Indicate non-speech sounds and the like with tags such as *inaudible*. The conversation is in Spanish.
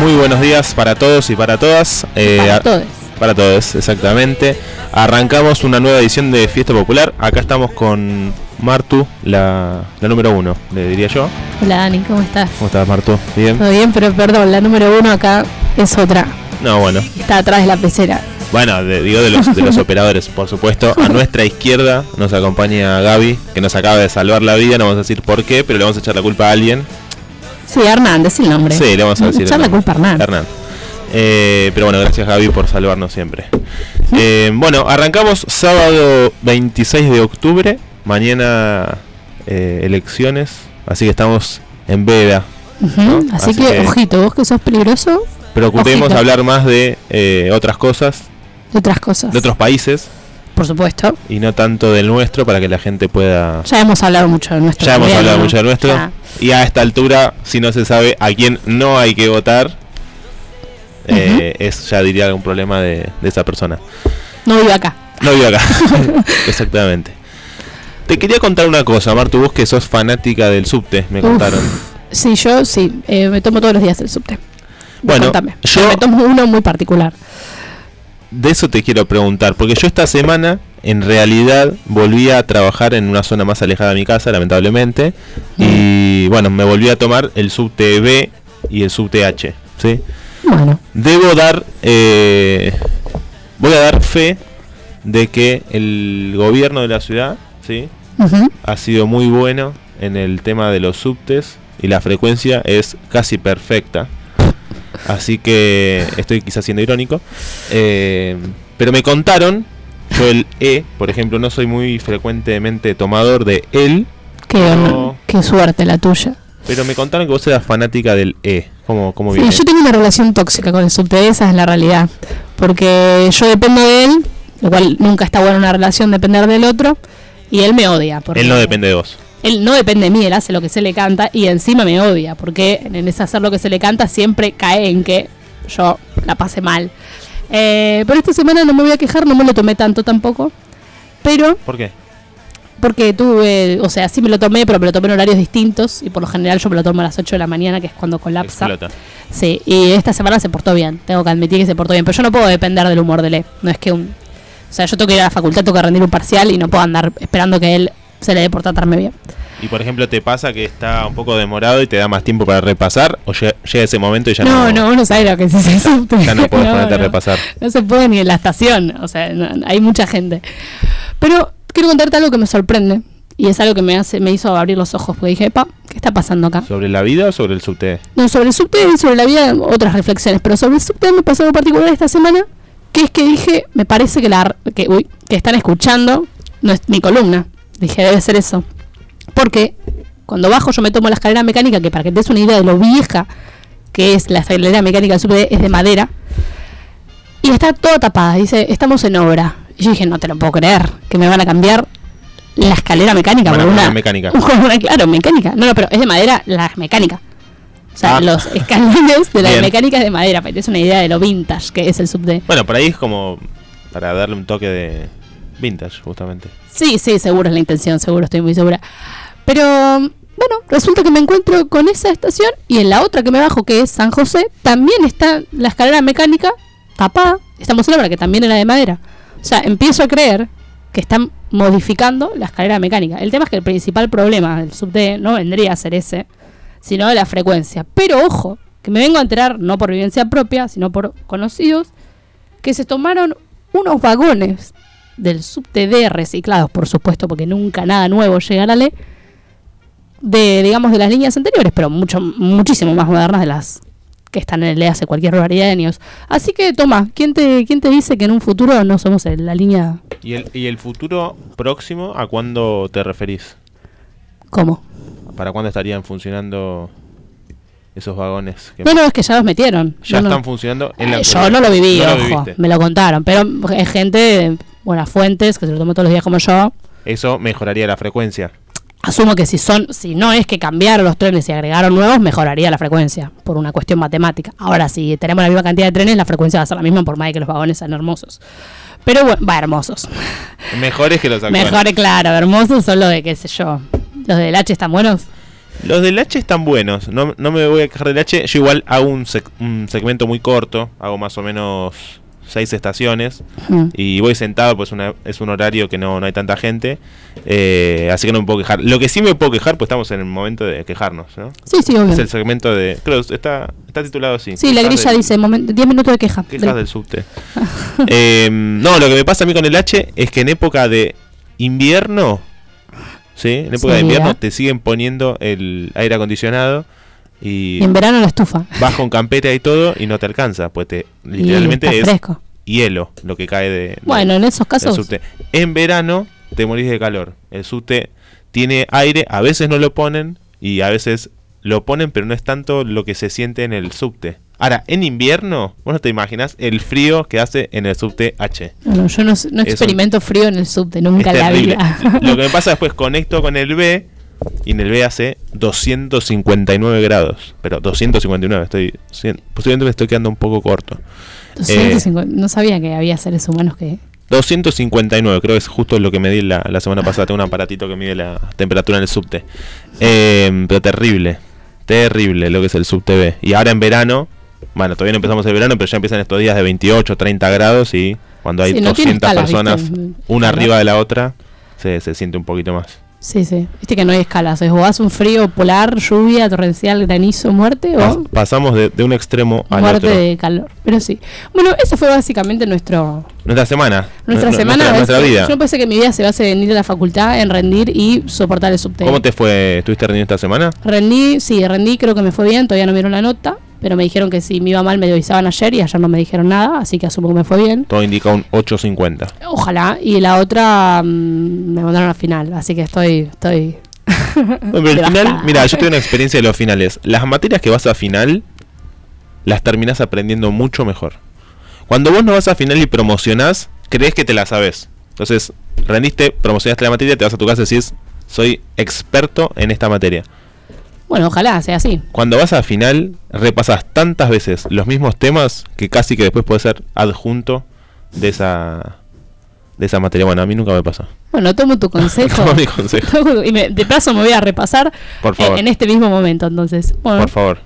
Muy buenos días para todos y para todas. Eh, Para a- todos. Para todos, exactamente. Arrancamos una nueva edición de Fiesta Popular. Acá estamos con Martu, la, la número uno, le diría yo. Hola Dani, ¿cómo estás? ¿Cómo estás, Martu? ¿Bien? *laughs* Todo bien, pero perdón, la número uno acá es otra. No, bueno. Está atrás de la pecera. Bueno, de- digo de los, de los operadores, por supuesto. A nuestra izquierda nos acompaña Gaby, que nos acaba de salvar la vida. No vamos a decir por qué, pero le vamos a echar la culpa a alguien. Sí, Hernández, el nombre. Sí, le vamos a No, decir. echar la el nombre. culpa a Hernán. Hernán. Eh, pero bueno, gracias Gaby por salvarnos siempre. Eh, bueno, arrancamos sábado 26 de octubre. Mañana eh, elecciones. Así que estamos en veda. Ujú, ¿no? Así, Así que, que- ojito, vos que sos peligroso, Procuremos Ojito. hablar más de eh, otras cosas, de otras cosas. de otros países Por supuesto. y no tanto del nuestro para que la gente pueda... Ya hemos hablado mucho de nuestro. Ya hemos también, hablado ¿no? mucho del nuestro. Ya. Y a esta altura, si no se sabe a quién no hay que votar, eh, es ya diría algún problema de- de esa persona. No vivo acá. No vivo acá. *laughs* Exactamente. Te quería contar una cosa, Martu, vos que sos fanática del subte, me Uf. contaron. Sí, yo sí, eh, me tomo todos los días el subte. Bueno, Contame. yo- Me tomo uno muy particular. De eso te quiero preguntar, porque yo esta semana, en realidad, volví a trabajar en una zona más alejada de mi casa, lamentablemente. Y bueno, me volví a tomar el subte B y el subte H, ¿sí? Bueno, Debo dar. eh, voy a dar fe de que el gobierno de la ciudad, ¿sí? ujú, ha sido muy bueno en el tema de los subtes y la frecuencia es casi perfecta. Así que estoy quizás siendo irónico. Eh, pero me contaron, yo el E, por ejemplo, no soy muy frecuentemente tomador de él, qué, No. qué suerte la tuya. pero me contaron que vos eras fanática del E. ¿Cómo, cómo Sí, viene? yo tengo una relación tóxica con el subte, esa es la realidad. Porque yo dependo de él, lo cual nunca está buena una relación depender del otro, y él me odia. Porque Él no depende de vos. Él no depende de mí, él hace lo que se le canta y encima me odia, porque en ese hacer lo que se le canta siempre cae en que yo la pase mal. Eh, pero esta semana no me voy a quejar, no me lo tomé tanto tampoco. Pero ¿Por qué? porque tuve, o sea, sí me lo tomé, pero me lo tomé en horarios distintos y por lo general yo me lo tomo a las 8 de la mañana, que es cuando colapsa. Explota. Sí, y esta semana se portó bien, tengo que admitir que se portó bien, pero yo no puedo depender del humor de Le, no es que un... O sea, yo tengo que ir a la facultad, tengo que rendir un parcial y no puedo andar esperando que él se le dé por tratarme bien. Y por ejemplo, ¿te pasa que está un poco demorado y te da más tiempo para repasar? ¿O lle- llega ese momento y ya no, no, uno sabe lo que es ese subte. ya *laughs* no podés ponerte a no. repasar? No se puede ni en la estación, o sea, no- hay mucha gente. Pero quiero contarte algo que me sorprende y es algo que me, hace, me hizo abrir los ojos, porque dije, epa, ¿qué está pasando acá? ¿Sobre la vida o sobre el subte? No, sobre el subte y sobre la vida, otras reflexiones. Pero sobre el subte me pasó algo particular esta semana, que es que dije, me parece que la que, uy, que están escuchando no es mi columna. Dije, debe ser eso. Porque cuando bajo yo me tomo la escalera mecánica, que para que te des una idea de lo vieja que es la escalera mecánica del subte, es de madera. Y está toda tapada, dice, estamos en obra. Y yo dije, no te lo puedo creer, que me van a cambiar la escalera mecánica Van a por poner una mecánica. por una- *laughs* claro, mecánica. No, no, pero es de madera, la mecánica. O sea, Ah. los escalones de la Bien. mecánica es de madera, para que te des una idea de lo vintage que es el subte. Bueno, por ahí es como para darle un toque de vintage, justamente. Sí, sí, seguro es la intención, seguro, estoy muy segura. Pero bueno, resulta que me encuentro con esa estación y en la otra que me bajo, que es San José, también está la escalera mecánica tapada. Estamos en obra, que también era de madera. O sea, empiezo a creer que están modificando la escalera mecánica. El tema es que el principal problema del subte no vendría a ser ese, sino la frecuencia. Pero ojo, que me vengo a enterar no por vivencia propia, sino por conocidos, que se tomaron unos vagones del subte D reciclados, por supuesto, porque nunca nada nuevo llega a la ley, de, digamos, de las líneas anteriores, pero mucho, muchísimo más modernas de las que están en el E hace cualquier variedad de años. Así que, toma, ¿quién te, ¿quién te dice que en un futuro no somos el- la línea... ¿Y el, y el futuro próximo a cuándo te referís? ¿Cómo? ¿Para cuándo estarían funcionando esos vagones? que No, no, es que ya los metieron. ya No, no. están funcionando en la Eh, Yo actualidad? no lo viví, No lo ojo, viviste. me lo contaron, pero es gente de buenas fuentes, que se lo toma todos los días como yo, Eso mejoraría la frecuencia. Asumo que si son, si no es que cambiaron los trenes y agregaron nuevos, mejoraría la frecuencia, por una cuestión matemática. Ahora, si tenemos la misma cantidad de trenes, la frecuencia va a ser la misma, por más de que los vagones sean hermosos. Pero bueno, va, hermosos. Mejores que los actuales. Mejor, claro, hermosos son los de, qué sé yo, los del H están buenos. Los del H están buenos, no, no me voy a quejar del H. Yo igual hago un, sec- un segmento muy corto, hago más o menos seis estaciones Mm. y voy sentado, pues una- es un horario que no, no hay tanta gente, eh, así que no me puedo quejar. Lo que sí me puedo quejar, pues estamos en el momento de quejarnos, ¿no? Sí, sí, obvio. Es el segmento de... Creo, está, está titulado así. Sí, la Quejas grilla del- dice momen- 10 minutos de queja. Quejas del *laughs* subte. Em, no, lo que me pasa a mí con el H es que en época de invierno, ¿sí? En época de Sí, invierno ¿verdad? te siguen poniendo el aire acondicionado y Y en verano la estufa. vas con campera y todo y no te alcanza, pues te Y literalmente está es fresco. hielo lo que cae de, de- Bueno, en esos del casos. subte. En verano te morís de calor. El subte tiene aire, a veces no lo ponen y a veces lo ponen, pero no es tanto lo que se siente en el subte. Ahora, en invierno, vos no te imaginas el frío que hace en el subte H. Bueno, yo no, no un- experimento frío en el subte, nunca es en la terrible. vida. *laughs* Lo *laughs* que me pasa después conecto con el B y en el B hace 259 grados. Pero 259, estoy. cien- Posiblemente me estoy quedando un poco corto. eh, 250 no sabía que había seres humanos que. 259, creo que es justo lo que medí la, la semana pasada. Tengo un aparatito que mide la temperatura en el subte. Eh, pero terrible, terrible lo que es el subte B. Y ahora en verano, bueno, todavía no empezamos el verano, pero ya empiezan estos días de 28, 30 grados y cuando hay Sí, no tiene 200 escala, personas, ¿viste? Mm, una Claro. arriba de la otra, se, se siente un poquito más. Sí, sí. Viste que no hay escalas. Es o hace un frío polar, lluvia, torrencial, granizo, muerte Pas- o pasamos de, de un extremo Ah, al muerte otro. de calor. Pero sí. Bueno, ese fue básicamente nuestro Nuestra semana. nuestra nu- semana. Nuestra, ¿ves? nuestra vida. Yo pensé que mi vida se base en ir a la facultad, en rendir y soportar el subte. ¿Cómo te fue? ¿Estuviste rendiendo esta semana? Rendí, sí, rendí, creo que me fue bien, todavía no vieron la nota, pero me dijeron que si me iba mal me avisaban ayer y ayer no me dijeron nada, así que asumo que me fue bien. Todo indica un 8.50. Ojalá, y la otra mm, me mandaron a final, así que estoy, estoy... No, pero el final, devastada. mira, yo tengo una experiencia de los finales. Las materias que vas a final, las terminás aprendiendo mucho mejor. Cuando vos no vas a final y promocionás, crees que te la sabes. Entonces, rendiste, promocionaste la materia, te vas a tu casa y decís, soy experto en esta materia. Bueno, ojalá sea así. Cuando vas a final, repasas tantas veces los mismos temas que casi que después puedes ser adjunto de esa, de esa materia. Bueno, a mí nunca me pasó. Bueno, *laughs* tomo tu consejo. *laughs* Tomo mi consejo. Tomo- y me- de paso me voy a repasar eh, Por favor. En, en este mismo momento, entonces. Bueno, Por favor.